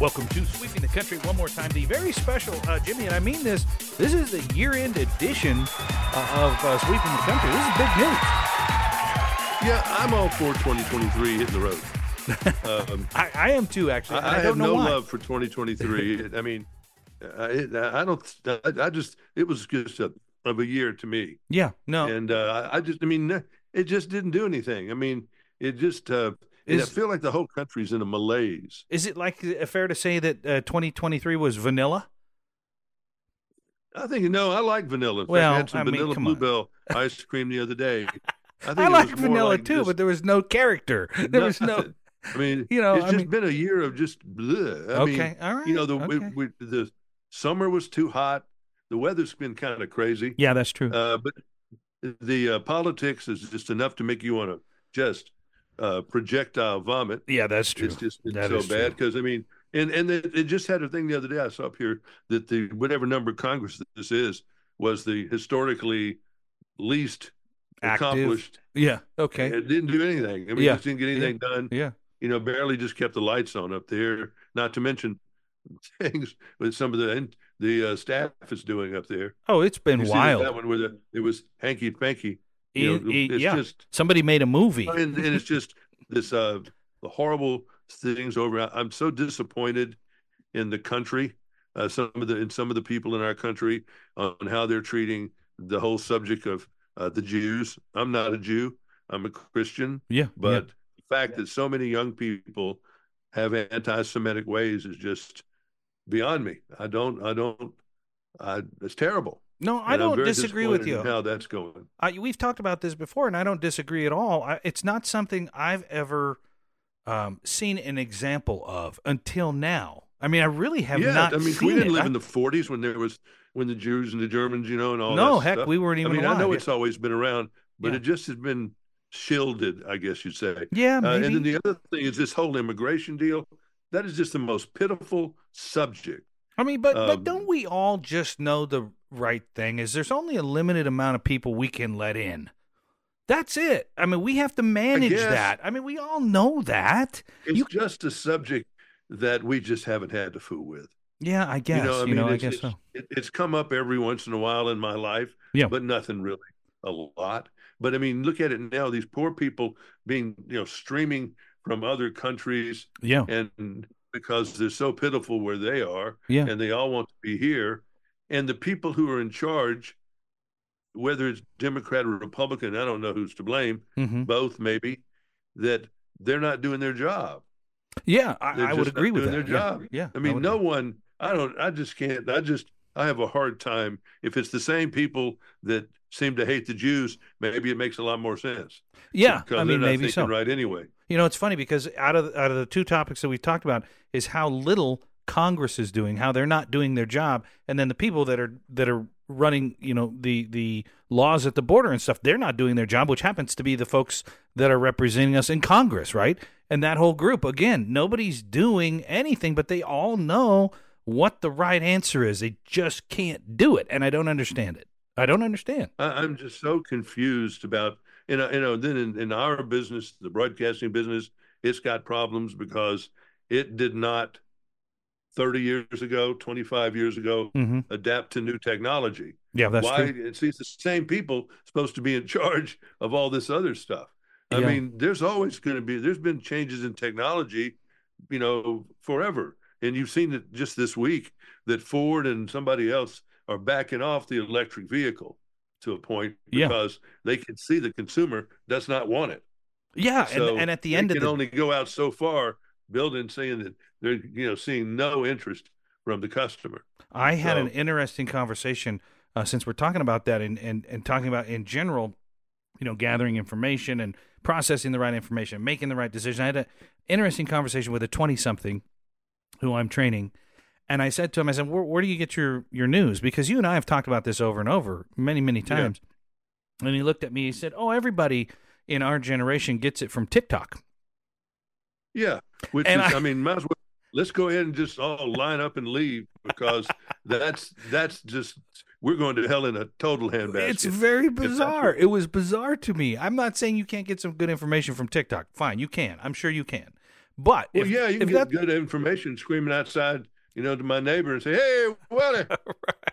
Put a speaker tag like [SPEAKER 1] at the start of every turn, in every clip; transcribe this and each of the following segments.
[SPEAKER 1] Welcome to Sweeping the Country one more time. The very special, uh, Jimmy, and I mean this, this is the year end edition uh, of uh, Sweeping the Country. This is big news.
[SPEAKER 2] Yeah, I'm all for 2023 hitting the road. Um,
[SPEAKER 1] I, I am too, actually. and
[SPEAKER 2] I, I
[SPEAKER 1] I don't
[SPEAKER 2] have
[SPEAKER 1] know
[SPEAKER 2] no
[SPEAKER 1] why.
[SPEAKER 2] love for 2023. It- I mean, I, it- I don't. I, I just it was just a of a year to me,
[SPEAKER 1] Yeah, no.
[SPEAKER 2] and uh, I I just I mean it just didn't do anything. I mean, it just uh, and I
[SPEAKER 1] Is-
[SPEAKER 2] feel like the whole country's in a malaise.
[SPEAKER 1] Is it like uh, fair to say that uh, 2023 was vanilla?
[SPEAKER 2] I think no, I like vanilla. In fact,
[SPEAKER 1] Well,
[SPEAKER 2] I had some
[SPEAKER 1] I mean,
[SPEAKER 2] vanilla
[SPEAKER 1] come on.
[SPEAKER 2] bluebell ice cream the other day. I,
[SPEAKER 1] I,
[SPEAKER 2] it
[SPEAKER 1] like
[SPEAKER 2] was more
[SPEAKER 1] vanilla
[SPEAKER 2] like
[SPEAKER 1] too,
[SPEAKER 2] just
[SPEAKER 1] but there was no character. There was no.
[SPEAKER 2] nothing. I mean,
[SPEAKER 1] you know,
[SPEAKER 2] it's
[SPEAKER 1] I
[SPEAKER 2] just
[SPEAKER 1] mean-
[SPEAKER 2] been a year of just. Bleh. I
[SPEAKER 1] okay,
[SPEAKER 2] mean,
[SPEAKER 1] all right.
[SPEAKER 2] you know the
[SPEAKER 1] okay.
[SPEAKER 2] we, we, the summer was too hot the weather's been kind of crazy
[SPEAKER 1] yeah, that's true.
[SPEAKER 2] uh, but the uh, politics is just enough to make you want to just uh, projectile vomit
[SPEAKER 1] yeah, that's true.
[SPEAKER 2] it's just it's
[SPEAKER 1] That
[SPEAKER 2] so
[SPEAKER 1] is true.
[SPEAKER 2] bad because i mean and and it, it just had a thing the other day i saw up here that the whatever number of congress this is was the historically least
[SPEAKER 1] Active.
[SPEAKER 2] accomplished
[SPEAKER 1] Yeah. Okay.
[SPEAKER 2] it didn't do anything i mean
[SPEAKER 1] Yeah.
[SPEAKER 2] just didn't get anything done
[SPEAKER 1] Yeah.
[SPEAKER 2] you know, barely just kept the lights on up there. Not to mention things with some of the the uh, staff is doing up there.
[SPEAKER 1] Oh, it's been
[SPEAKER 2] You see
[SPEAKER 1] wild.
[SPEAKER 2] that one where the, it was hanky panky.
[SPEAKER 1] In- i-
[SPEAKER 2] it's
[SPEAKER 1] yeah.
[SPEAKER 2] just
[SPEAKER 1] Somebody made a movie.
[SPEAKER 2] and, and it's just this uh, the horrible things over. I- I'm so disappointed in the country, uh, some of the in some of the people in our country on how they're treating the whole subject of uh, the Jews. I'm not a Jew. I'm a Christian
[SPEAKER 1] Yeah.
[SPEAKER 2] but the fact that so many young people have anti-Semitic ways is just beyond me. I don't. I don't. I, it's terrible.
[SPEAKER 1] yeah. no, I
[SPEAKER 2] And I'm
[SPEAKER 1] don't
[SPEAKER 2] very
[SPEAKER 1] disagree with
[SPEAKER 2] disappointed
[SPEAKER 1] you.
[SPEAKER 2] in How that's going?
[SPEAKER 1] I, we've talked about this before, and I don't disagree at all. I, it's not something I've ever um, seen an example of until now. I mean, I really have
[SPEAKER 2] yeah,
[SPEAKER 1] not.
[SPEAKER 2] I mean,
[SPEAKER 1] seen
[SPEAKER 2] we didn't
[SPEAKER 1] it.
[SPEAKER 2] live
[SPEAKER 1] I-
[SPEAKER 2] in the '40s when there was when the Jews and the Germans, you know, and all.
[SPEAKER 1] no,
[SPEAKER 2] that
[SPEAKER 1] heck,
[SPEAKER 2] stuff.
[SPEAKER 1] we weren't
[SPEAKER 2] I
[SPEAKER 1] even
[SPEAKER 2] mean,
[SPEAKER 1] alive.
[SPEAKER 2] I know it's always been around, but
[SPEAKER 1] Yeah.
[SPEAKER 2] it just has been shielded, I guess you'd say.
[SPEAKER 1] yeah,
[SPEAKER 2] Uh,
[SPEAKER 1] maybe.
[SPEAKER 2] and then the other thing is this whole immigration deal. That is just the most pitiful subject.
[SPEAKER 1] I mean, but but
[SPEAKER 2] Um,
[SPEAKER 1] don't we all just know the right thing is there's only a limited amount of people we can let in. That's it. I mean, we have to manage
[SPEAKER 2] guess.
[SPEAKER 1] that. I mean, we all know that.
[SPEAKER 2] It's
[SPEAKER 1] You-
[SPEAKER 2] just a subject that we just haven't had to fool with.
[SPEAKER 1] Yeah, I guess. You know, I,
[SPEAKER 2] it's-
[SPEAKER 1] guess
[SPEAKER 2] it's-
[SPEAKER 1] so.
[SPEAKER 2] It, it's come up every once in a while in my life,
[SPEAKER 1] Yeah.
[SPEAKER 2] but nothing really a lot. But I mean, look at it now. These poor people being, you know, streaming from other countries,
[SPEAKER 1] Yeah,
[SPEAKER 2] and because they're so pitiful where they are,
[SPEAKER 1] yeah,
[SPEAKER 2] and they all want to be here, and the people who are in charge, whether it's Democrat or Republican, I don't know who's to blame.
[SPEAKER 1] hmm
[SPEAKER 2] Both maybe that they're not doing their job.
[SPEAKER 1] yeah. I,
[SPEAKER 2] They're
[SPEAKER 1] I would
[SPEAKER 2] just not
[SPEAKER 1] agree with
[SPEAKER 2] doing
[SPEAKER 1] that.
[SPEAKER 2] their
[SPEAKER 1] yeah.
[SPEAKER 2] job.
[SPEAKER 1] yeah,
[SPEAKER 2] I mean,
[SPEAKER 1] would
[SPEAKER 2] no
[SPEAKER 1] agree.
[SPEAKER 2] one. I don't. I just can't. I just. I have a hard time. If it's the same people that seem to hate the Jews, maybe it makes a lot more sense.
[SPEAKER 1] Yeah,
[SPEAKER 2] because
[SPEAKER 1] I
[SPEAKER 2] they're
[SPEAKER 1] mean,
[SPEAKER 2] not
[SPEAKER 1] maybe
[SPEAKER 2] thinking
[SPEAKER 1] so.
[SPEAKER 2] Right. Anyway,
[SPEAKER 1] You know, it's funny because out of out of the two topics that we talked about is how little Congress is doing, how they're not doing their job, and then the people that are that are running, you know, the the laws at the border and stuff, they're not doing their job, which happens to be the folks that are representing us in Congress, right? And that whole group again, nobody's doing anything, but they all know what the right answer is. They just can't do it, and I don't understand it. I don't understand.
[SPEAKER 2] I, I'm just so confused about. You know. You know. Then in, in our business, the broadcasting business, it's got problems because it did not. 30 years ago, 25 years ago,
[SPEAKER 1] Mm-hmm.
[SPEAKER 2] adapt to new technology.
[SPEAKER 1] Yeah, that's
[SPEAKER 2] Why?
[SPEAKER 1] true.
[SPEAKER 2] It's, it's the same people supposed to be in charge of all this other stuff. I
[SPEAKER 1] Yeah.
[SPEAKER 2] mean, there's always going to be, there's been changes in technology, you know, forever. And you've seen it just this week that Ford and somebody else are backing off the electric vehicle to a point
[SPEAKER 1] Yeah.
[SPEAKER 2] because they can see the consumer does not want it.
[SPEAKER 1] Yeah,
[SPEAKER 2] So
[SPEAKER 1] Ah, and, and at the
[SPEAKER 2] they
[SPEAKER 1] end of
[SPEAKER 2] can
[SPEAKER 1] the
[SPEAKER 2] only go out so far building saying that they're, you know, seeing no interest from the customer.
[SPEAKER 1] I had an
[SPEAKER 2] So-
[SPEAKER 1] interesting conversation uh, since we're talking about that and, and, and talking about in general, you know, gathering information and processing the right information, making the right decision. I had an interesting conversation with a 20 something who I'm training. And I said to him, I said, where, where do you get your, your news? Because you and I have talked about this over and over many, many
[SPEAKER 2] Yeah.
[SPEAKER 1] times. And he looked at me, he said, Oh, everybody in our generation gets it from TikTok.
[SPEAKER 2] Yeah, which
[SPEAKER 1] And
[SPEAKER 2] is,
[SPEAKER 1] I-
[SPEAKER 2] I, mean, might as well. Let's go ahead and just all line up and leave because that's that's just we're going to hell in a total handbasket.
[SPEAKER 1] It's very
[SPEAKER 2] that's
[SPEAKER 1] bizarre.
[SPEAKER 2] what-
[SPEAKER 1] It was bizarre to me. I'm not saying you can't get some good information from TikTok. Fine, you can. I'm sure you can. But
[SPEAKER 2] Well,
[SPEAKER 1] if-
[SPEAKER 2] yeah, you
[SPEAKER 1] if
[SPEAKER 2] can
[SPEAKER 1] that-
[SPEAKER 2] get good information screaming outside, you know, to my neighbor and say, "Hey, Willie,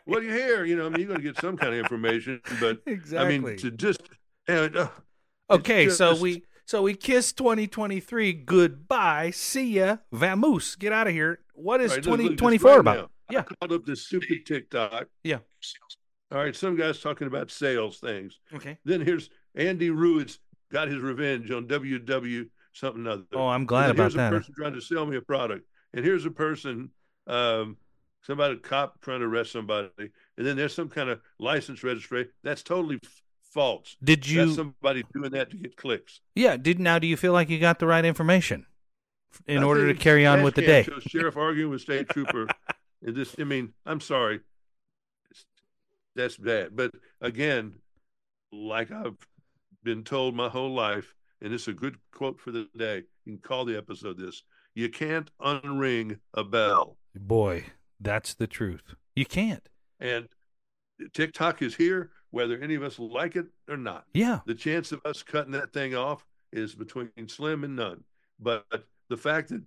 [SPEAKER 2] what do you hear?" You know, I mean, you're going to get some kind of information, but
[SPEAKER 1] exactly.
[SPEAKER 2] I mean, to just and, uh, it's
[SPEAKER 1] okay, so
[SPEAKER 2] just-
[SPEAKER 1] we so we kiss 2023 goodbye. See ya, vamoose. Get out of here. What is
[SPEAKER 2] all right, look, look, just
[SPEAKER 1] 2024
[SPEAKER 2] right
[SPEAKER 1] about?
[SPEAKER 2] now,
[SPEAKER 1] Yeah.
[SPEAKER 2] I called up this stupid TikTok.
[SPEAKER 1] Yeah.
[SPEAKER 2] All right, some guys talking about sales things.
[SPEAKER 1] Okay.
[SPEAKER 2] Then here's Andy Ruiz got his revenge on WW something other.
[SPEAKER 1] Oh, I'm
[SPEAKER 2] And
[SPEAKER 1] glad about
[SPEAKER 2] here's a
[SPEAKER 1] that.
[SPEAKER 2] person trying to sell me a product, and here's a person, um, somebody a cop trying to arrest somebody, and then there's some kind of license registry that's totally f- false.
[SPEAKER 1] Did you?
[SPEAKER 2] that's somebody doing that to get clicks.
[SPEAKER 1] yeah. Did now? Do you feel like you got the right information in
[SPEAKER 2] I
[SPEAKER 1] order to
[SPEAKER 2] think
[SPEAKER 1] carry on
[SPEAKER 2] trash
[SPEAKER 1] with the
[SPEAKER 2] can
[SPEAKER 1] day?
[SPEAKER 2] shows sheriff arguing with state trooper. and this, I mean, I'm sorry, It's- that's bad. But again, like I've been told my whole life, and it's a good quote for the day. You can call the episode this. You can't unring a bell.
[SPEAKER 1] Boy, that's the truth. You can't.
[SPEAKER 2] And TikTok is here, whether any of us like it or not.
[SPEAKER 1] Yeah.
[SPEAKER 2] The chance of us cutting that thing off is between slim and none. But the fact that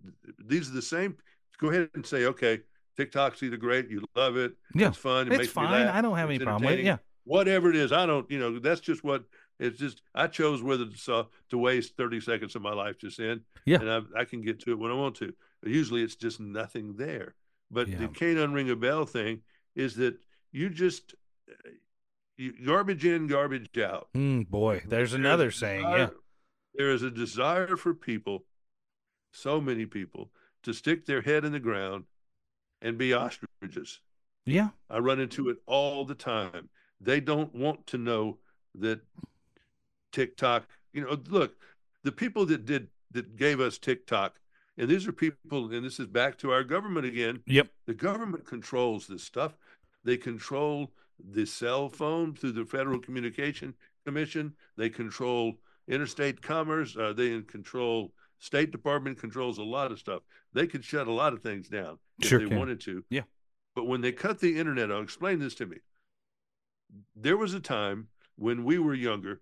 [SPEAKER 2] these are the same, go ahead and say, okay, TikTok's either great, you love it,
[SPEAKER 1] Yeah.
[SPEAKER 2] it's fun, it
[SPEAKER 1] It's
[SPEAKER 2] makes me
[SPEAKER 1] fine.
[SPEAKER 2] laugh,
[SPEAKER 1] I don't have
[SPEAKER 2] it's
[SPEAKER 1] any problem with it.
[SPEAKER 2] entertaining.
[SPEAKER 1] Yeah.
[SPEAKER 2] Whatever it is, I don't, you know, that's just what it's just. I chose whether to, uh, to waste 30 seconds of my life just in,
[SPEAKER 1] Yeah.
[SPEAKER 2] and I, I can get to it when I want to. But usually it's just nothing there. But
[SPEAKER 1] Yeah.
[SPEAKER 2] the can't unring a bell thing is that you just uh, you, garbage in, garbage out.
[SPEAKER 1] Mm, boy, there's
[SPEAKER 2] There is
[SPEAKER 1] another
[SPEAKER 2] a
[SPEAKER 1] saying.
[SPEAKER 2] desire-
[SPEAKER 1] Yeah.
[SPEAKER 2] There is a desire for people, so many people, to stick their head in the ground and be ostriches.
[SPEAKER 1] Yeah.
[SPEAKER 2] I run into it all the time. They don't want to know that TikTok, you know, look, the people that did that gave us TikTok, and these are people, and this is back to our government again.
[SPEAKER 1] Yep.
[SPEAKER 2] The government controls this stuff. They control the cell phone through the Federal Communication Commission. They control interstate commerce. Uh, they in control State Department controls a lot of stuff. They could shut a lot of things down if
[SPEAKER 1] Sure
[SPEAKER 2] they
[SPEAKER 1] can.
[SPEAKER 2] wanted to.
[SPEAKER 1] Yeah.
[SPEAKER 2] But when they cut the internet, I'll explain this to me. There was a time when we were younger.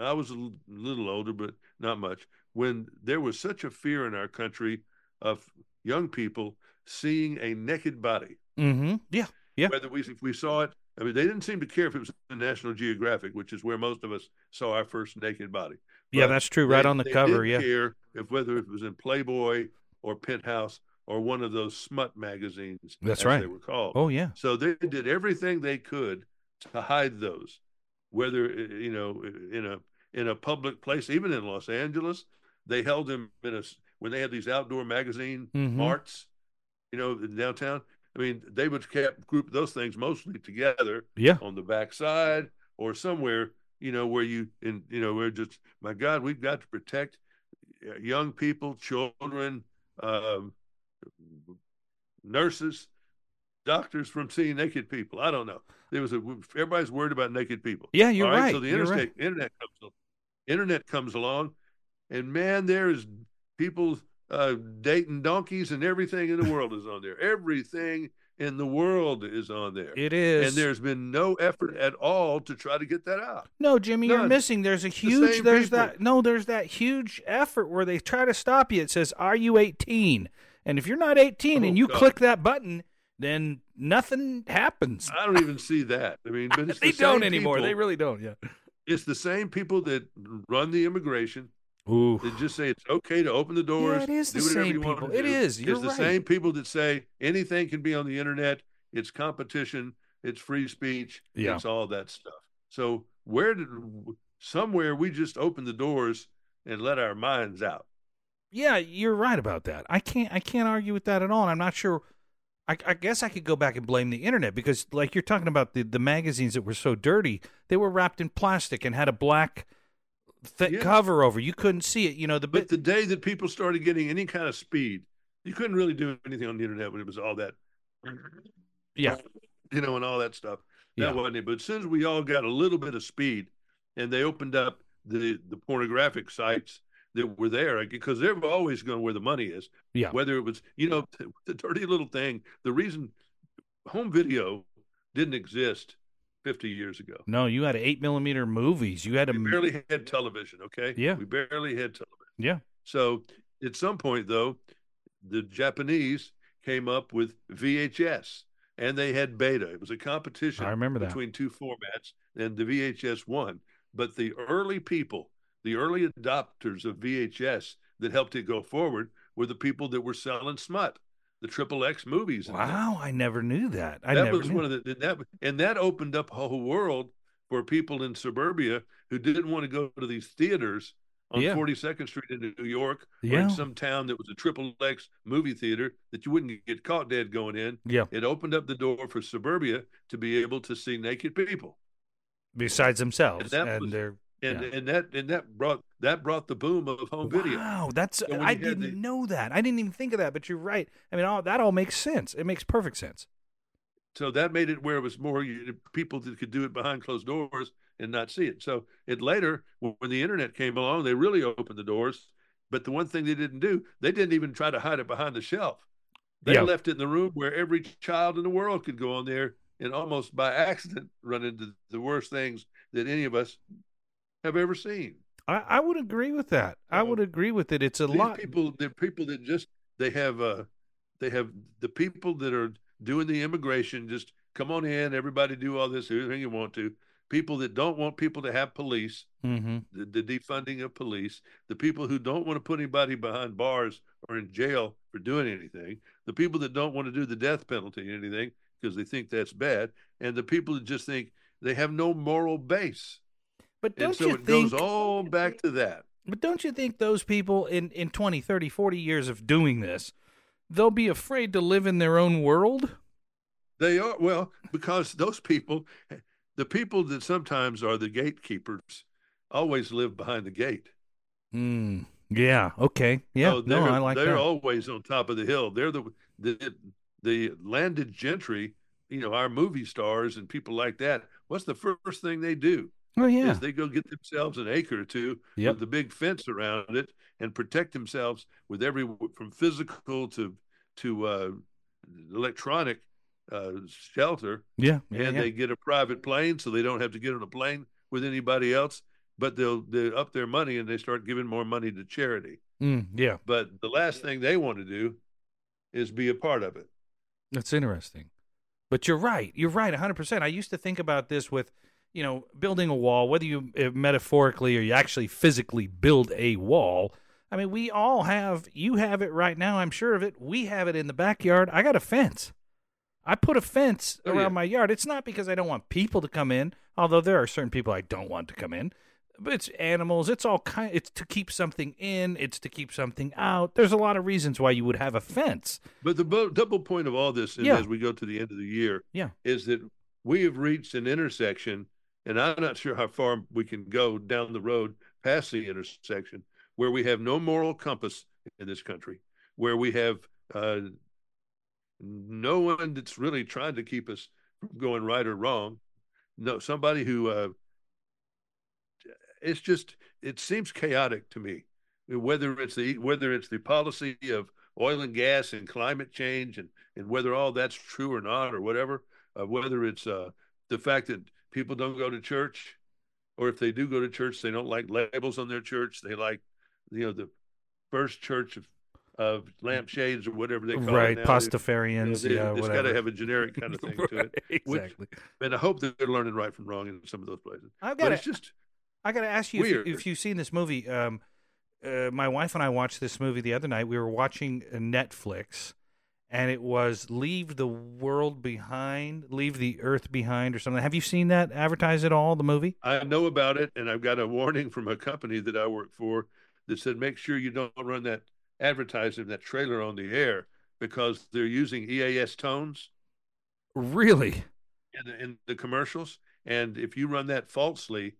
[SPEAKER 2] I was a l- little older, but not much. When there was such a fear in our country of young people seeing a naked body.
[SPEAKER 1] Mm-hmm. Yeah. Yeah.
[SPEAKER 2] Whether we if we saw it, I mean, they didn't seem to care if it was in National Geographic, which is where most of us saw our first naked body.
[SPEAKER 1] Yeah.
[SPEAKER 2] But
[SPEAKER 1] That's true. Right
[SPEAKER 2] They-
[SPEAKER 1] on the
[SPEAKER 2] they
[SPEAKER 1] cover.
[SPEAKER 2] did
[SPEAKER 1] Yeah.
[SPEAKER 2] Care if whether it was in Playboy or Penthouse or one of those smut magazines.
[SPEAKER 1] That's
[SPEAKER 2] as
[SPEAKER 1] right.
[SPEAKER 2] They were called.
[SPEAKER 1] Oh yeah.
[SPEAKER 2] So they did everything they could to hide those, whether uh, you know in a in a public place, even in Los Angeles, they held them in a s- when they had these outdoor magazine
[SPEAKER 1] Mhm.
[SPEAKER 2] marts, you know, in downtown. I mean, they would kept group those things mostly together
[SPEAKER 1] Yeah.
[SPEAKER 2] on the backside or somewhere, you know, where you in you know where just my God, we've got to protect uh, young people, children, um, nurses, doctors from seeing naked people. I don't know. There was a everybody's worried about naked people.
[SPEAKER 1] Yeah. You're
[SPEAKER 2] All
[SPEAKER 1] right.
[SPEAKER 2] So the
[SPEAKER 1] you're
[SPEAKER 2] internet
[SPEAKER 1] right.
[SPEAKER 2] internet comes al- internet comes along, and man, there is people uh, dating donkeys and everything in the world is on there. Everything in the world is on there.
[SPEAKER 1] It
[SPEAKER 2] and
[SPEAKER 1] is.
[SPEAKER 2] there's been no effort at all to try to get that out.
[SPEAKER 1] No, Jimmy, you're
[SPEAKER 2] None.
[SPEAKER 1] missing. There's a
[SPEAKER 2] the
[SPEAKER 1] huge.
[SPEAKER 2] same
[SPEAKER 1] there's
[SPEAKER 2] people.
[SPEAKER 1] that. No, there's that huge effort where they try to stop you. It says, "Are you 18?" And if you're not 18 and
[SPEAKER 2] Oh,
[SPEAKER 1] you
[SPEAKER 2] God.
[SPEAKER 1] click that button, then nothing happens.
[SPEAKER 2] I don't even see that. I mean, but Uh, it's
[SPEAKER 1] they
[SPEAKER 2] the
[SPEAKER 1] don't
[SPEAKER 2] same
[SPEAKER 1] anymore.
[SPEAKER 2] people-
[SPEAKER 1] They really don't. Yeah.
[SPEAKER 2] it's the same people that run the immigration
[SPEAKER 1] Ooh.
[SPEAKER 2] that just say it's okay to open the doors.
[SPEAKER 1] Yeah, it is the
[SPEAKER 2] do whatever
[SPEAKER 1] same
[SPEAKER 2] you want
[SPEAKER 1] people.
[SPEAKER 2] to
[SPEAKER 1] It
[SPEAKER 2] do.
[SPEAKER 1] is. You're
[SPEAKER 2] it's the
[SPEAKER 1] right.
[SPEAKER 2] same people that say anything can be on the internet. It's competition. It's free speech.
[SPEAKER 1] Yeah.
[SPEAKER 2] It's all that stuff. So where did somewhere we just open the doors and let our minds out?
[SPEAKER 1] Yeah, you're right about that. I can't. I can't argue with that at all. And I'm not sure. I, I guess I could go back and blame the internet because, like you're talking about the the magazines that were so dirty, they were wrapped in plastic and had a black th-
[SPEAKER 2] Yeah.
[SPEAKER 1] cover over. You couldn't see it. You know the bit.
[SPEAKER 2] But the day that people started getting any kind of speed, you couldn't really do anything on the internet when it was all that,
[SPEAKER 1] yeah.
[SPEAKER 2] you know, and all that stuff. That
[SPEAKER 1] Yeah.
[SPEAKER 2] wasn't it. But as soon as we all got a little bit of speed and they opened up the, the pornographic sites that were there, because they're always going where the money is.
[SPEAKER 1] Yeah.
[SPEAKER 2] Whether it was, you know, the dirty little thing, the reason home video didn't exist 50 years ago.
[SPEAKER 1] No, you had eight millimeter movies. You had a
[SPEAKER 2] We barely had television, okay?
[SPEAKER 1] Yeah.
[SPEAKER 2] We barely had television.
[SPEAKER 1] Yeah.
[SPEAKER 2] So at some point though, the Japanese came up with VHS and they had Beta. It was a competition
[SPEAKER 1] I remember that.
[SPEAKER 2] between two formats, and the VHS won. But the early people, the early adopters of VHS that helped it go forward were the people that were selling smut, the triple X movies. and that.
[SPEAKER 1] Wow, I never knew that. I
[SPEAKER 2] that
[SPEAKER 1] never
[SPEAKER 2] was
[SPEAKER 1] knew.
[SPEAKER 2] one of the and that and that opened up a whole world for people in suburbia who didn't want to go to these theaters on
[SPEAKER 1] Yeah.
[SPEAKER 2] 42nd Street in New York or
[SPEAKER 1] Yeah.
[SPEAKER 2] in some town that was a triple X movie theater that you wouldn't get caught dead going in.
[SPEAKER 1] Yeah.
[SPEAKER 2] It opened up the door for suburbia to be able to see naked people.
[SPEAKER 1] Besides
[SPEAKER 2] And
[SPEAKER 1] themselves
[SPEAKER 2] that
[SPEAKER 1] and
[SPEAKER 2] was-
[SPEAKER 1] their
[SPEAKER 2] And
[SPEAKER 1] Yeah.
[SPEAKER 2] and that and that brought that brought the boom of home video.
[SPEAKER 1] Wow, that's
[SPEAKER 2] So when
[SPEAKER 1] I
[SPEAKER 2] you had
[SPEAKER 1] didn't
[SPEAKER 2] the-
[SPEAKER 1] know that. I didn't even think of that, but you're right. I mean, all that all makes sense. It makes perfect sense.
[SPEAKER 2] so that made it where it was more you- people that could do it behind closed doors and not see it. So it later, when when the internet came along, they really opened the doors. But the one thing they didn't do, they didn't even try to hide it behind the shelf. They
[SPEAKER 1] Yeah.
[SPEAKER 2] left it in the room where every child in the world could go on there and almost by accident run into the worst things that any of us have ever seen.
[SPEAKER 1] I, I would agree with that. I
[SPEAKER 2] Yeah.
[SPEAKER 1] would agree with it. It's a
[SPEAKER 2] Uh-huh. These
[SPEAKER 1] lot.
[SPEAKER 2] people, they're people that just they have uh they have the people that are doing the immigration just come on in, everybody do all this, everything you want to. People that don't want people to have police,
[SPEAKER 1] hmm
[SPEAKER 2] the, the defunding of police, the people who don't want to put anybody behind bars or in jail for doing anything, the people that don't want to do the death penalty or anything because they think that's bad, and the people that just think they have no moral base.
[SPEAKER 1] But
[SPEAKER 2] and
[SPEAKER 1] don't
[SPEAKER 2] so
[SPEAKER 1] you
[SPEAKER 2] it
[SPEAKER 1] think?
[SPEAKER 2] goes all back to that.
[SPEAKER 1] But don't you think those people in in 20, 30, 40 years of doing this, they'll be afraid to live in their own world?
[SPEAKER 2] They are well because those people, the people that sometimes are the gatekeepers, always live behind the gate.
[SPEAKER 1] Hmm. Yeah. Okay. Yeah.
[SPEAKER 2] So Oh, they're,
[SPEAKER 1] no, I like
[SPEAKER 2] they're
[SPEAKER 1] that.
[SPEAKER 2] always on top of the hill. They're the the the landed gentry. You know, our movie stars and people like that. What's the first thing they do?
[SPEAKER 1] oh yeah.
[SPEAKER 2] Is they go get themselves an acre or two
[SPEAKER 1] Yep.
[SPEAKER 2] with the big fence around it and protect themselves with every from physical to to uh, electronic uh, shelter
[SPEAKER 1] Yeah. Yeah.
[SPEAKER 2] and
[SPEAKER 1] yeah.
[SPEAKER 2] they get a private plane so they don't have to get on a plane with anybody else but they'll they up their money and they start giving more money to charity
[SPEAKER 1] Mm, yeah.
[SPEAKER 2] but the last thing they want to do is be a part of it
[SPEAKER 1] That's interesting. But you're right. You're right 100%. I used to think about this with, you know, building a wall, whether you uh, metaphorically or you actually physically build a wall. I mean, we all have, you have it right now, I'm sure of it. We have it in the backyard. I got a fence. I put a fence
[SPEAKER 2] Oh,
[SPEAKER 1] around
[SPEAKER 2] yeah.
[SPEAKER 1] my yard. It's not because I don't want people to come in, although there are certain people I don't want to come in. But it's animals. It's all kind. It's to keep something in. It's to keep something out. There's a lot of reasons why you would have a fence.
[SPEAKER 2] but the bo- double point of all this is
[SPEAKER 1] Yeah.
[SPEAKER 2] as we go to the end of the year
[SPEAKER 1] Yeah.
[SPEAKER 2] is that we have reached an intersection and i'm not sure how far we can go down the road past the intersection where we have no moral compass in this country where we have uh, no one that's really trying to keep us from going right or wrong. No, somebody who uh, it's just it seems chaotic to me. Whether it's the whether it's the policy of oil and gas and climate change and and whether all that's true or not or whatever, uh, whether it's uh, the fact that people don't go to church, or if they do go to church, they don't like labels on their church. They like you know the first church of of lampshades or whatever they call
[SPEAKER 1] right,
[SPEAKER 2] it now. You know,
[SPEAKER 1] pastafarians,
[SPEAKER 2] they-
[SPEAKER 1] yeah,
[SPEAKER 2] it's
[SPEAKER 1] whatever.
[SPEAKER 2] got to have a generic kind of thing to it.
[SPEAKER 1] Right,
[SPEAKER 2] which-
[SPEAKER 1] Exactly.
[SPEAKER 2] And I hope that they're learning right from wrong in some of those places.
[SPEAKER 1] I've
[SPEAKER 2] But
[SPEAKER 1] got
[SPEAKER 2] it's
[SPEAKER 1] to.
[SPEAKER 2] just
[SPEAKER 1] I got to ask you if, you
[SPEAKER 2] weird.
[SPEAKER 1] if you've seen this movie. Um, uh, my wife and I watched this movie the other night. We were watching uh, Netflix, and it was "Leave the World Behind," "Leave the Earth Behind," or something. Have you seen that advertised at all? The movie?
[SPEAKER 2] I know about it, and I've got a warning from a company that I work for that said make sure you don't run that advertising that trailer on the air because they're using EAS tones
[SPEAKER 1] Really?
[SPEAKER 2] in the, in the commercials, and if you run that falsely,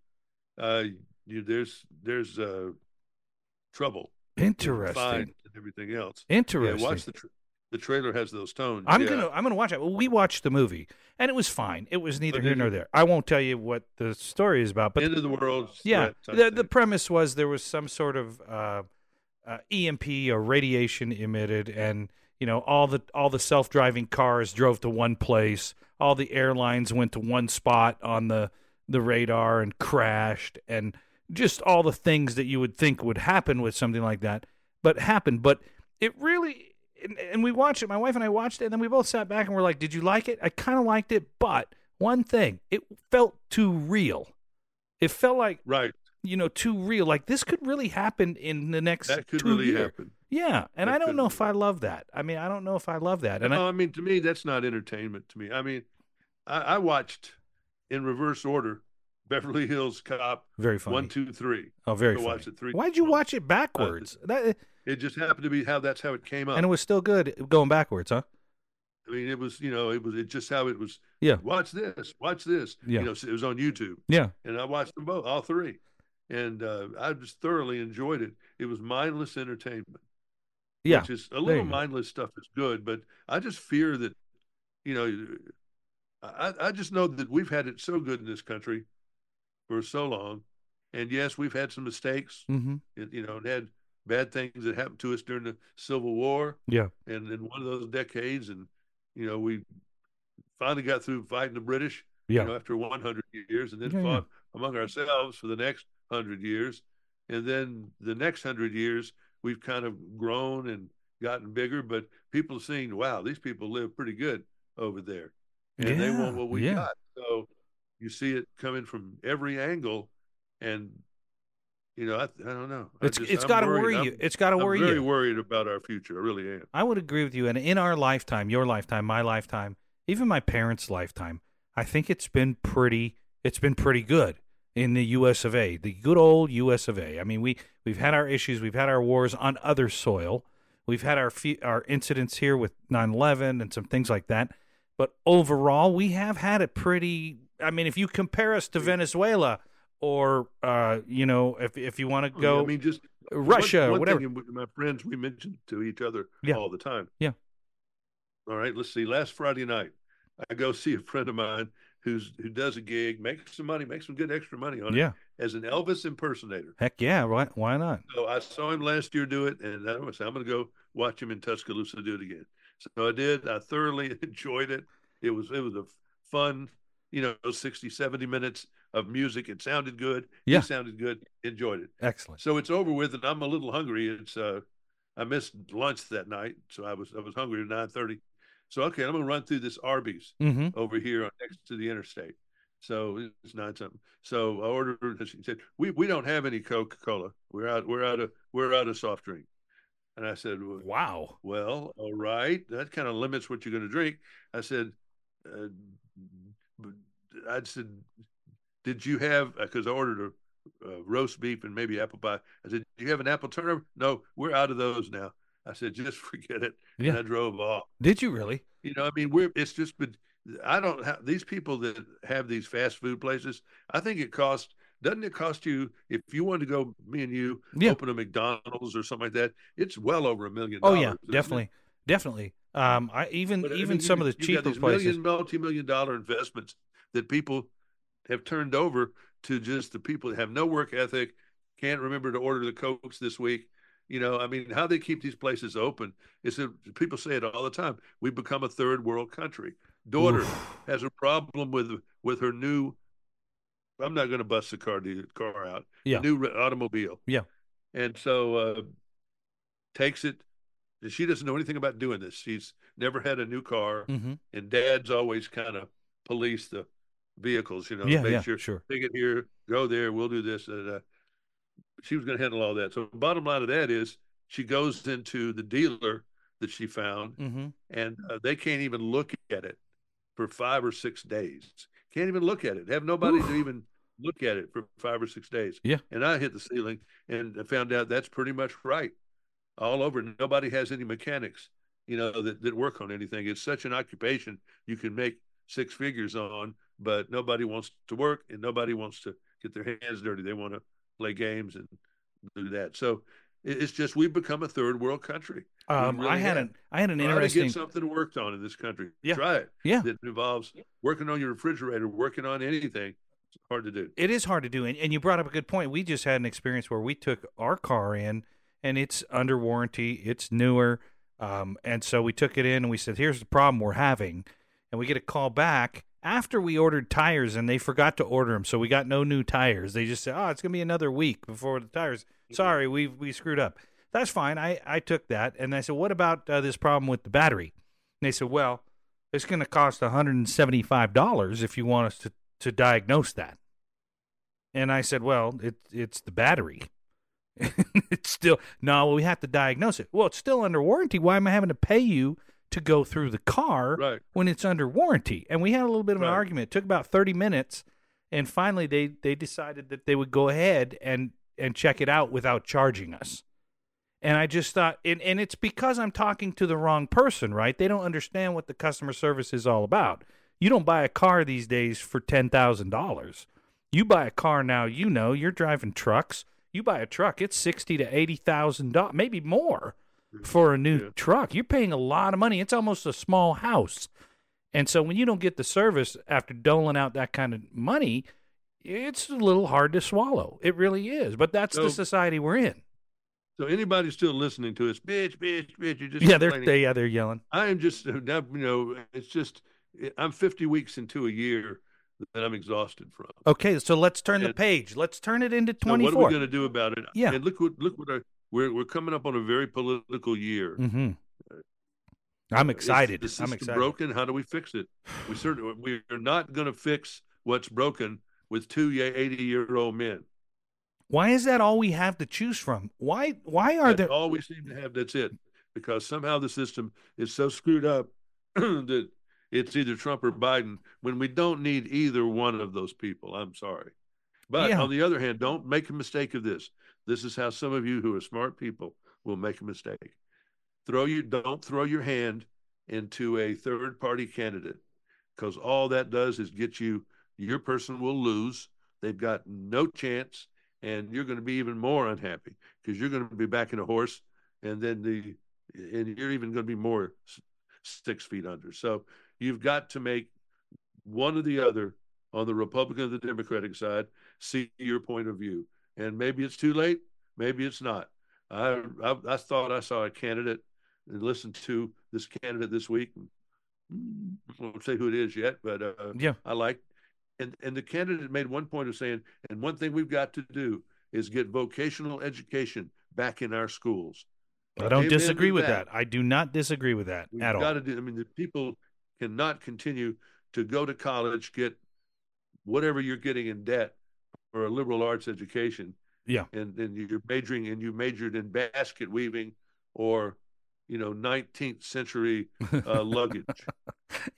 [SPEAKER 2] uh, you, there's there's uh, trouble,
[SPEAKER 1] Interesting.
[SPEAKER 2] fine, and everything else. Yeah,
[SPEAKER 1] Interesting.
[SPEAKER 2] watch the tra- the trailer has those tones.
[SPEAKER 1] I'm
[SPEAKER 2] yeah.
[SPEAKER 1] gonna I'm gonna watch it. Well, we watched the movie, and it was fine. It was neither
[SPEAKER 2] did
[SPEAKER 1] here
[SPEAKER 2] you?
[SPEAKER 1] nor there. I won't tell you what the story is about, but
[SPEAKER 2] end of the world.
[SPEAKER 1] yeah
[SPEAKER 2] threat type
[SPEAKER 1] the, the
[SPEAKER 2] thing.
[SPEAKER 1] premise was there was some sort of uh, uh, emp or radiation emitted and you know all the all the self-driving cars drove to one place all the airlines went to one spot on the the radar and crashed and just all the things that you would think would happen with something like that but happened. But it really, and, and we watched it. My wife and I watched it, and then we both sat back and we're like, "Did you like it? I kind of liked it, but one thing, it felt too real. It felt like
[SPEAKER 2] Right.
[SPEAKER 1] you know too real. Like this could really happen in the next
[SPEAKER 2] That could
[SPEAKER 1] two
[SPEAKER 2] really
[SPEAKER 1] year.
[SPEAKER 2] happen.
[SPEAKER 1] Yeah, and
[SPEAKER 2] That
[SPEAKER 1] I don't
[SPEAKER 2] could
[SPEAKER 1] know
[SPEAKER 2] really Uh,
[SPEAKER 1] if I love that. I mean, I don't know if I love that. And I,
[SPEAKER 2] no, I, mean, to me, that's not entertainment. To me, I mean, I, I watched in reverse order Beverly Hills Cop
[SPEAKER 1] very funny.
[SPEAKER 2] one, two, three.
[SPEAKER 1] oh, very
[SPEAKER 2] I
[SPEAKER 1] funny.
[SPEAKER 2] watched it three.
[SPEAKER 1] Why'd you
[SPEAKER 2] times. Uh,
[SPEAKER 1] watch it backwards? that
[SPEAKER 2] It just happened to be how that's how it came up.
[SPEAKER 1] and it was still good going backwards, huh?
[SPEAKER 2] I mean, it was you know, it was it just how it was.
[SPEAKER 1] Yeah.
[SPEAKER 2] Watch this. Watch this.
[SPEAKER 1] Yeah.
[SPEAKER 2] You know, so it was on YouTube,
[SPEAKER 1] Yeah,
[SPEAKER 2] and I watched them both, all three, and uh, I just thoroughly enjoyed it. It was mindless entertainment.
[SPEAKER 1] yeah.
[SPEAKER 2] which is a
[SPEAKER 1] there you
[SPEAKER 2] little
[SPEAKER 1] go.
[SPEAKER 2] mindless stuff is good, but I just fear that, you know, I, I just know that we've had it so good in this country for so long, and yes, we've had some mistakes,
[SPEAKER 1] Mm-hmm.
[SPEAKER 2] and, you know, and had bad things that happened to us during the Civil War,
[SPEAKER 1] Yeah.
[SPEAKER 2] and in one of those decades, and you know, we finally got through fighting the British,
[SPEAKER 1] Yeah.
[SPEAKER 2] you know, after 100 years, and then
[SPEAKER 1] Yeah, yeah.
[SPEAKER 2] fought among ourselves for the next 100 years. And then the next 100 years, we've kind of grown and gotten bigger, but people have seen, wow, these people live pretty good over there. And they
[SPEAKER 1] Yeah,
[SPEAKER 2] want what we
[SPEAKER 1] yeah.
[SPEAKER 2] got. So you see it coming from every angle. And, you know, I, I don't know. I
[SPEAKER 1] It's
[SPEAKER 2] just-
[SPEAKER 1] it's
[SPEAKER 2] I'm
[SPEAKER 1] got to
[SPEAKER 2] worried.
[SPEAKER 1] worry
[SPEAKER 2] I'm-
[SPEAKER 1] you. It's got to
[SPEAKER 2] I'm
[SPEAKER 1] worry
[SPEAKER 2] very
[SPEAKER 1] you.
[SPEAKER 2] worried about our future. I really am.
[SPEAKER 1] I would agree with you. And in our lifetime, your lifetime, my lifetime, even my parents' lifetime, I think it's been pretty. It's been pretty good in the U.S. of A. The good old U.S. of A. I mean, we we've had our issues. We've had our wars on other soil. We've had our fe- our incidents here with 9/11 and some things like that. But overall, we have had a pretty. I mean, if you compare us to Venezuela, or uh, you know, if if you want to go
[SPEAKER 2] Oh, I mean, just
[SPEAKER 1] Russia,
[SPEAKER 2] one, one
[SPEAKER 1] whatever.
[SPEAKER 2] Thing, and my friends, we mentioned to each other
[SPEAKER 1] Yeah.
[SPEAKER 2] all the time.
[SPEAKER 1] Yeah.
[SPEAKER 2] All right. Let's see. Last Friday night, I go see a friend of mine who's who does a gig, makes some money, makes some good extra money on
[SPEAKER 1] yeah,
[SPEAKER 2] it as an Elvis impersonator.
[SPEAKER 1] heck yeah, why why not?
[SPEAKER 2] So I saw him last year do it, and I was I'm going to go watch him in Tuscaloosa do it again. So I did. I thoroughly enjoyed it. It was it was a fun, you know, 60, 70 minutes of music. It sounded good.
[SPEAKER 1] Yeah.
[SPEAKER 2] He sounded good. Enjoyed it.
[SPEAKER 1] Excellent.
[SPEAKER 2] So it's over with, and I'm a little hungry. It's uh, I missed lunch that night, so I was I was hungry at nine thirty. So okay, I'm gonna run through this Arby's
[SPEAKER 1] Mm-hmm.
[SPEAKER 2] over here on, next to the interstate. So it's nine something. So I ordered. and She said, "We we don't have any Coca Cola. We're out. We're out of we're out of soft drink." And I said, "Well,
[SPEAKER 1] Wow.
[SPEAKER 2] well, all right. That kind of limits what you're going to drink. I said, uh, b- I said, did you have, because I ordered a, uh roast beef and maybe apple pie. I said, do you have an apple turnover? No, we're out of those now. I said, just forget it.
[SPEAKER 1] Yeah.
[SPEAKER 2] And I drove off.
[SPEAKER 1] Did you really?
[SPEAKER 2] You know, I mean, we're, it's just, but I don't have these people that have these fast food places. I think it costs, doesn't it cost you, if you want to go, me and you,
[SPEAKER 1] Yeah.
[SPEAKER 2] open a McDonald's or something like that, it's well over a million
[SPEAKER 1] Oh
[SPEAKER 2] dollars.
[SPEAKER 1] yeah,
[SPEAKER 2] isn't it?
[SPEAKER 1] definitely, definitely. Um, I even
[SPEAKER 2] But, I
[SPEAKER 1] even
[SPEAKER 2] mean,
[SPEAKER 1] some
[SPEAKER 2] you-
[SPEAKER 1] of the
[SPEAKER 2] you've got
[SPEAKER 1] cheaper
[SPEAKER 2] these
[SPEAKER 1] places.
[SPEAKER 2] million, multi-million dollar investments that people have turned over to just the people that have no work ethic, can't remember to order the cokes this week. You know, I mean, how they keep these places open is that people say it all the time. We've become a third world country. Daughter
[SPEAKER 1] Oof.
[SPEAKER 2] has a problem with with her new. I'm not going to bust the car the car out.
[SPEAKER 1] Yeah.
[SPEAKER 2] new re- automobile.
[SPEAKER 1] Yeah.
[SPEAKER 2] and so uh, takes it. She doesn't know anything about doing this. She's never had a new car
[SPEAKER 1] Mhm.
[SPEAKER 2] and dads always kind of police the vehicles, you know,
[SPEAKER 1] Yeah,
[SPEAKER 2] make
[SPEAKER 1] yeah,
[SPEAKER 2] sure
[SPEAKER 1] sure.
[SPEAKER 2] take it here, go there, we'll do this. And uh, she was going to handle all that. So, bottom line of that is she goes into the dealer that she found,
[SPEAKER 1] Mm-hmm.
[SPEAKER 2] and uh, they can't even look at it for five or six days. Can't even look at it. Have nobody to
[SPEAKER 1] Oof.
[SPEAKER 2] even look at it for five or six days.
[SPEAKER 1] Yeah.
[SPEAKER 2] And I hit the ceiling and I found out that's pretty much right all over. Nobody has any mechanics, you know, that, that work on anything. It's such an occupation you can make six figures on, but nobody wants to work and nobody wants to get their hands dirty. They want to play games and do that. So it, it's just we've become a third world country.
[SPEAKER 1] Um, I
[SPEAKER 2] really
[SPEAKER 1] had
[SPEAKER 2] had.
[SPEAKER 1] an I had an
[SPEAKER 2] Try to
[SPEAKER 1] interesting.
[SPEAKER 2] get something worked on in this country.
[SPEAKER 1] Yeah.
[SPEAKER 2] Try it.
[SPEAKER 1] Yeah.
[SPEAKER 2] That involves working on your refrigerator, working on anything. It's hard to do.
[SPEAKER 1] It is hard to do, and, and you brought up a good point. We just had an experience where we took our car in, and it's under warranty, it's newer, um, and so we took it in and we said, "Here's the problem we're having," and we get a call back after we ordered tires, and they forgot to order them, so we got no new tires. They just said, "Oh, it's gonna be another week before the tires." Sorry, we we screwed up. that's fine. I, I took that. And I said, what about uh, this problem with the battery? And they said, well, it's going to cost $175 if you want us to, to diagnose that. And I said, well, it, it's the battery. it's still, no, we have to diagnose it. Well, it's still under warranty. Why am I having to pay you to go through the car
[SPEAKER 2] Right.
[SPEAKER 1] when it's under warranty? And we had a little bit of an
[SPEAKER 2] Right.
[SPEAKER 1] argument. It took about 30 minutes. And finally, they, they decided that they would go ahead and, and check it out without charging us. And I just thought, and, and it's because I'm talking to the wrong person, right? They don't understand what the customer service is all about. You don't buy a car these days for $10,000. You buy a car now, you know, you're driving trucks. You buy a truck, it's sixty to eighty thousand dollars, maybe more, for a new
[SPEAKER 2] Yeah.
[SPEAKER 1] truck. You're paying a lot of money. It's almost a small house, and so when you don't get the service after doling out that kind of money, it's a little hard to swallow. It really is. But that's
[SPEAKER 2] So-
[SPEAKER 1] the society we're in.
[SPEAKER 2] So anybody still listening to us, bitch, bitch, bitch, you just
[SPEAKER 1] Yeah, they're
[SPEAKER 2] complaining.
[SPEAKER 1] they, yeah they're yelling.
[SPEAKER 2] I am just uh, now, you know, it's just I'm 50 weeks into a year that I'm exhausted from.
[SPEAKER 1] Okay, so let's turn the
[SPEAKER 2] And-
[SPEAKER 1] page. Let's turn it into
[SPEAKER 2] So what are
[SPEAKER 1] 24.
[SPEAKER 2] we going to do about it?
[SPEAKER 1] Yeah.
[SPEAKER 2] And look what look what our, we're we're coming up on a very political year.
[SPEAKER 1] hmm I'm
[SPEAKER 2] Uh, Is
[SPEAKER 1] excited.
[SPEAKER 2] the
[SPEAKER 1] I'm
[SPEAKER 2] system
[SPEAKER 1] excited.
[SPEAKER 2] Broken. How do we fix it? We certainly we are not going to fix what's broken with two 80 year old men.
[SPEAKER 1] Why is that all we have to choose from? Why why are
[SPEAKER 2] That's
[SPEAKER 1] there
[SPEAKER 2] all we seem to have. That's it. Because somehow the system is so screwed up that it's either Trump or Biden when we don't need either one of those people. I'm sorry. But
[SPEAKER 1] Yeah.
[SPEAKER 2] on the other hand, don't make a mistake of this. This is how some of you who are smart people will make a mistake. Throw you don't throw your hand into a third party candidate because all that does is get you your person will lose. They've got no chance, and you're going to be even more unhappy because you're going to be backing a horse, and then the and you're even going to be more s- six feet under. So you've got to make one or the other on the Republican or the Democratic side see your point of view, and maybe it's too late, maybe it's not. I I, I thought I saw a candidate and listened to this candidate this week. I won't say who it is yet, but uh,
[SPEAKER 1] Yeah.
[SPEAKER 2] I like. And and the candidate made one point of saying, and one thing we've got to do is get vocational education back in our schools.
[SPEAKER 1] I don't
[SPEAKER 2] Amen to
[SPEAKER 1] disagree with that. I do not disagree with that
[SPEAKER 2] We've
[SPEAKER 1] at
[SPEAKER 2] got
[SPEAKER 1] all.
[SPEAKER 2] to do. I mean, the people cannot continue to go to college, get whatever you're getting in debt for a liberal arts education.
[SPEAKER 1] Yeah.
[SPEAKER 2] and and you're majoring and you majored in basket weaving, or you know, 19th century uh, luggage.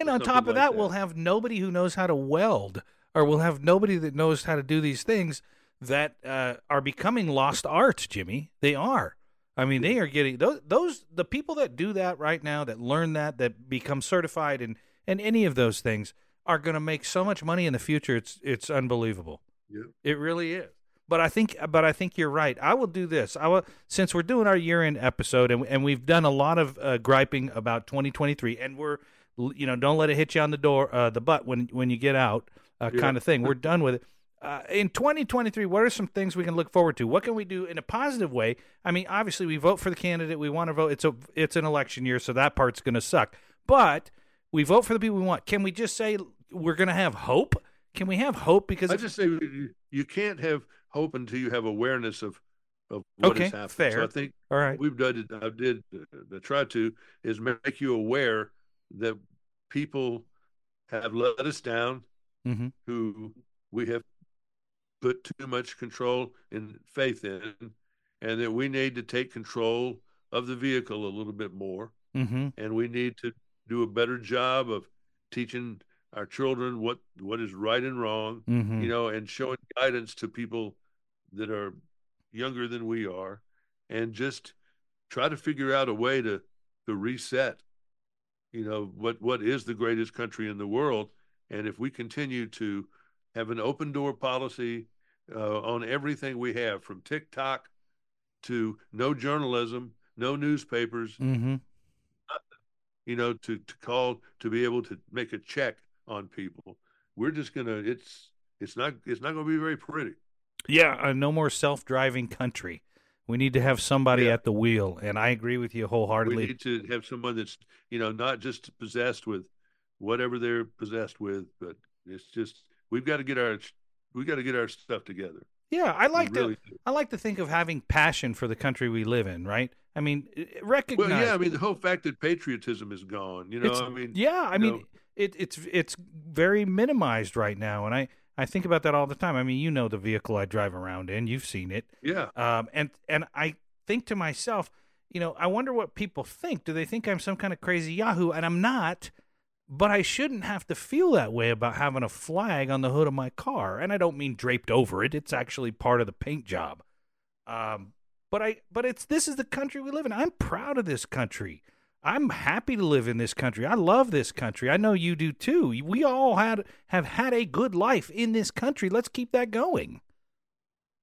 [SPEAKER 1] and on
[SPEAKER 2] something
[SPEAKER 1] top of
[SPEAKER 2] like
[SPEAKER 1] that,
[SPEAKER 2] that.
[SPEAKER 1] we'll have nobody who knows how to weld, or we'll have nobody that knows how to do these things that uh, are becoming lost arts, Jimmy. They are. I mean, they are getting those, those the people that do that right now, that learn that, that become certified, and and any of those things are going to make so much money in the future. It's it's unbelievable.
[SPEAKER 2] Yep.
[SPEAKER 1] It really is. But I think, but I think you're right. I will do this. I will since we're doing our year-end episode, and and we've done a lot of uh, griping about 2023, and we're, you know, don't let it hit you on the door, uh, the butt when when you get out, uh,
[SPEAKER 2] Yeah.
[SPEAKER 1] kind of thing. We're done with it. Uh, in 2023, what are some things we can look forward to? What can we do in a positive way? I mean, obviously, we vote for the candidate we want to vote. It's a it's an election year, so that part's going to suck. But we vote for the people we want. Can we just say we're going to have hope? Can we have hope? Because
[SPEAKER 2] I
[SPEAKER 1] if-
[SPEAKER 2] just say you, you can't have hope until you have awareness of of what
[SPEAKER 1] Okay,
[SPEAKER 2] has happened.
[SPEAKER 1] fair.
[SPEAKER 2] So I think
[SPEAKER 1] all right.
[SPEAKER 2] we've done. I did. I try to is make you aware that people have let us down,
[SPEAKER 1] Mm-hmm.
[SPEAKER 2] who we have put too much control and faith in, and that we need to take control of the vehicle a little bit more
[SPEAKER 1] Mm-hmm.
[SPEAKER 2] and we need to do a better job of teaching our children what what is right and wrong
[SPEAKER 1] Mm-hmm.
[SPEAKER 2] you know and showing guidance to people that are younger than we are and just try to figure out a way to to reset you know what what is the greatest country in the world and if we continue to have an open door policy uh, on everything we have from tiktok to no journalism no newspapers
[SPEAKER 1] mm-hmm.
[SPEAKER 2] you know, to, to call to be able to make a check on people. We're just gonna it's it's not it's not gonna be very pretty.
[SPEAKER 1] Yeah, uh, no more self-driving country. We need to have somebody
[SPEAKER 2] Yeah.
[SPEAKER 1] at the wheel, and I agree with you
[SPEAKER 2] We
[SPEAKER 1] wholeheartedly.
[SPEAKER 2] need to have someone that's you know not just possessed with whatever they're possessed with, but it's just we've got to get our we got to get our stuff together.
[SPEAKER 1] Yeah, I like to
[SPEAKER 2] really
[SPEAKER 1] I like to think of having passion for the country we live in, right? I mean, recognize
[SPEAKER 2] Well, yeah, I mean the whole fact that patriotism is gone. You know,
[SPEAKER 1] It's-
[SPEAKER 2] I mean,
[SPEAKER 1] Yeah, I
[SPEAKER 2] you
[SPEAKER 1] mean
[SPEAKER 2] know.
[SPEAKER 1] it, it's it's very minimized right now, and I I think about that all the time. I mean, you know the vehicle I drive around in, you've seen it,
[SPEAKER 2] yeah,
[SPEAKER 1] um, and and I think to myself, you know, I wonder what people think. Do they think I'm some kind of crazy Yahoo? And I'm not, but I shouldn't have to feel that way about having a flag on the hood of my car. And I don't mean draped over it; it's actually part of the paint job. Um, but I but it's this is the country we live in. I'm proud of this country. I'm happy to live in this country. I love this country. I know you do too. We all had have had a good life in this country. Let's keep that going.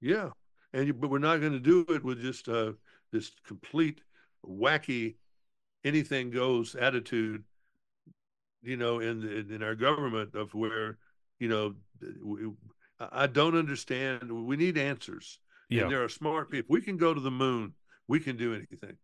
[SPEAKER 2] yeah. And you, but we're not going to do it with just uh, this complete wacky anything goes attitude. You know, in in, in our government of where you know, we, I I don't understand. We need answers. And there are smart people. We can go to the moon. We can do anything.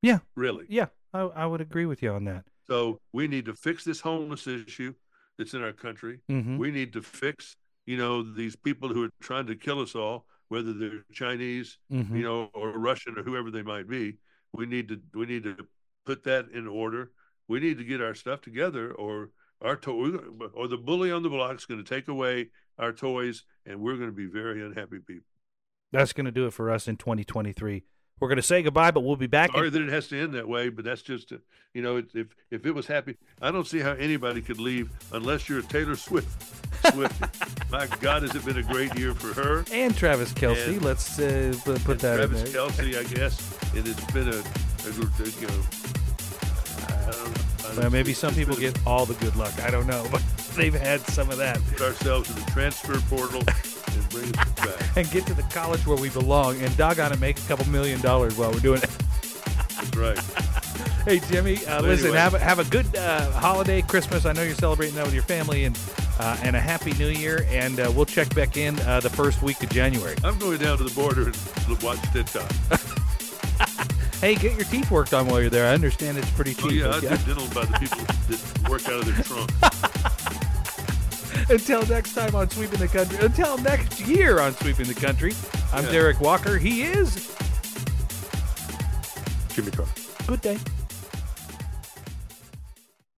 [SPEAKER 1] Yeah.
[SPEAKER 2] Really.
[SPEAKER 1] Yeah, I, I would agree with you on that.
[SPEAKER 2] So we need to fix this homeless issue that's in our country.
[SPEAKER 1] Mm-hmm.
[SPEAKER 2] We need to fix, you know, these people who are trying to kill us all, whether they're Chinese,
[SPEAKER 1] Mm-hmm.
[SPEAKER 2] you know, or Russian or whoever they might be. We need to we need to put that in order. We need to get our stuff together, or our to- or the bully on the block is going to take away our toys, and we're going to be very unhappy people.
[SPEAKER 1] That's going to do it for us in 2023. We're going to say goodbye, but we'll be back.
[SPEAKER 2] Sorry
[SPEAKER 1] in-
[SPEAKER 2] that it has to end that way, but that's just uh, you know it, if if it was happy, I don't see how anybody could leave unless you're a Taylor Swift. Swift, my God, has it been a great year for her?
[SPEAKER 1] and Travis Kelsey.
[SPEAKER 2] And-
[SPEAKER 1] Let's uh, put, put that in
[SPEAKER 2] Travis
[SPEAKER 1] there.
[SPEAKER 2] Kelsey, I guess, and it's been a, a gr- a, you know, I don't- I don't
[SPEAKER 1] Well, Uh, maybe
[SPEAKER 2] see-
[SPEAKER 1] some
[SPEAKER 2] it's
[SPEAKER 1] people
[SPEAKER 2] been-
[SPEAKER 1] get all the good luck. I don't know, but they've had some of that.
[SPEAKER 2] put ourselves in the transfer portal and bring it back.
[SPEAKER 1] And get to the college where we belong and doggone it, make a couple million dollars while we're doing it.
[SPEAKER 2] That's right.
[SPEAKER 1] Hey, Jimmy, uh, listen,
[SPEAKER 2] anyway.
[SPEAKER 1] have a, have a good uh, holiday, Christmas. I know you're celebrating that with your family and uh, and a happy new year. And uh, we'll check back in uh, the first week of January.
[SPEAKER 2] I'm going down to the border and watch TikTok.
[SPEAKER 1] Hey, get your teeth worked on while you're there. I understand it's pretty cheap.
[SPEAKER 2] Oh yeah, I
[SPEAKER 1] okay?
[SPEAKER 2] do dental by the people that work out of their trunk.
[SPEAKER 1] Until next time on Sweeping the Country. Until next year on Sweeping the Country. I'm
[SPEAKER 2] Yeah.
[SPEAKER 1] Derek Walker. He is.
[SPEAKER 2] Jimmy Carter.
[SPEAKER 1] Good day.